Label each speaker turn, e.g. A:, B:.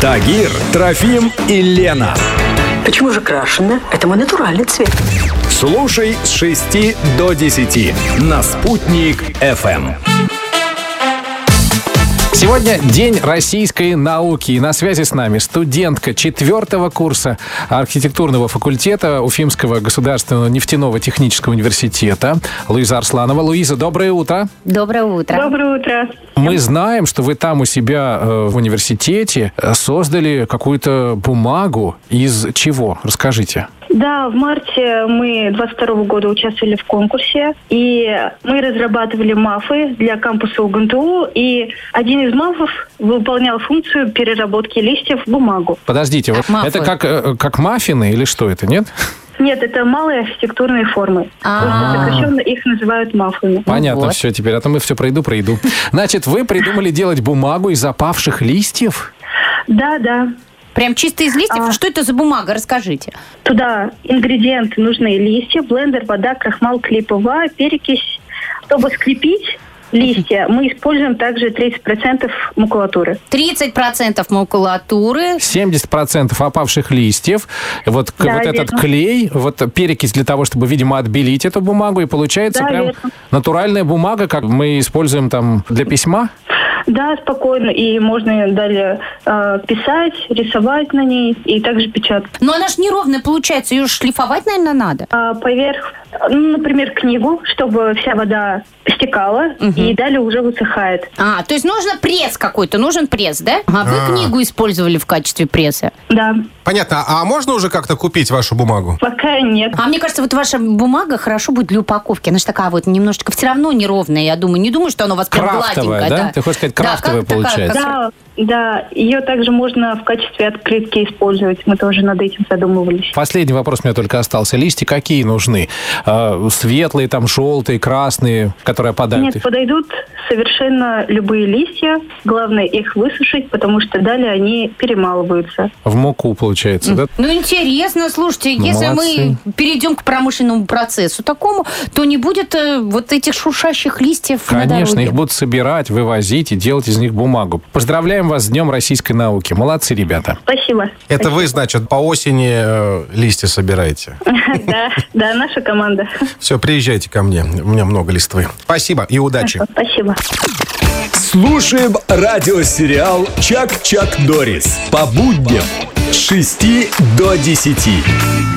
A: Тагир, Трофим и Лена.
B: Почему же крашеная? Это мой натуральный цвет.
A: Слушай с 6 до 10 на «Спутник FM.
C: Сегодня День российской науки. И на связи с нами студентка четвертого курса архитектурного факультета Уфимского государственного нефтяного технического университета Луиза Арсланова. Луиза, доброе утро.
D: Доброе утро.
E: Доброе утро.
C: Мы знаем, что вы там у себя э, в университете э, создали какую-то бумагу из чего? Расскажите.
E: Да, в марте мы 22 года участвовали в конкурсе, и мы разрабатывали мафы для кампуса УГНТУ, и один из мафов выполнял функцию переработки листьев в бумагу.
C: Подождите, вот
D: мафы.
C: это как, э, как маффины или что это, нет?
E: Нет, это малые архитектурные формы.
D: А.
E: Сокращенно их называют мафами.
C: Понятно,
D: Ну вот.
C: все теперь, а то мы все пройду, пройду. Значит, вы придумали делать бумагу из опавших листьев?
E: Да, да.
D: Прям чисто из листьев?
E: А.
D: Что это за бумага? Расскажите.
E: Туда ингредиенты нужны листья, блендер, вода, крахмал, клиповая, перекись. Чтобы скрепить листья, мы используем также 30% макулатуры.
D: 30% макулатуры.
C: 70% опавших листьев, вот, к-
E: Да,
C: вот этот
E: верно.
C: клей, вот перекись для того, чтобы, видимо, отбелить эту бумагу, и получается
E: Да,
C: прям
E: верно.
C: натуральная бумага, как мы используем там для письма.
E: Да, спокойно, и можно далее э, писать, рисовать на ней и также печатать.
D: Но она ж неровная получается, ее ж шлифовать, наверное, надо.
E: А поверх, ну, например, книгу, чтобы вся вода стекала и далее уже высыхает.
D: А, то есть нужно пресс какой-то, нужен пресс, да? А вы книгу использовали в качестве пресса.
E: Да,
F: Понятно. А можно уже как-то купить вашу бумагу?
E: пока нет.
D: А мне кажется, вот ваша бумага хорошо будет для упаковки. Она же такая вот немножечко все равно неровная, я думаю. Не думаю, что она у вас прям
C: Крафтовая,
D: гладенькая.
C: да? Ты хочешь сказать,
D: Да, как
C: крафтовая
D: такая, как
C: получается?
E: Да, да, ее также можно в качестве открытки использовать. Мы тоже над этим задумывались.
C: Последний вопрос у меня только остался. Листья какие нужны? Э, Светлые, там, желтые, красные, которые опадают?
E: Нет, подойдут совершенно любые листья. Главное их высушить, потому что далее они перемалываются.
C: В муку, получается, да?
D: Ну, интересно, слушайте,
C: Ну,
D: если
C: молодцы.
D: мы перейдем к промышленному процессу такому, то не будет э, вот этих шуршащих листьев на
C: Конечно,
D: дороге.
C: их будут собирать, вывозить и делать из них бумагу. Поздравляем вас с Днем российской науки. Молодцы, ребята.
E: Спасибо.
F: Это вы, значит, по осени э, листья собираете.
E: Да, да, наша команда.
F: Все, приезжайте ко мне. У меня много листвы. Спасибо и удачи.
E: Спасибо.
A: Слушаем радиосериал «Чак-Чак Дорис» по будням с 6 до 10.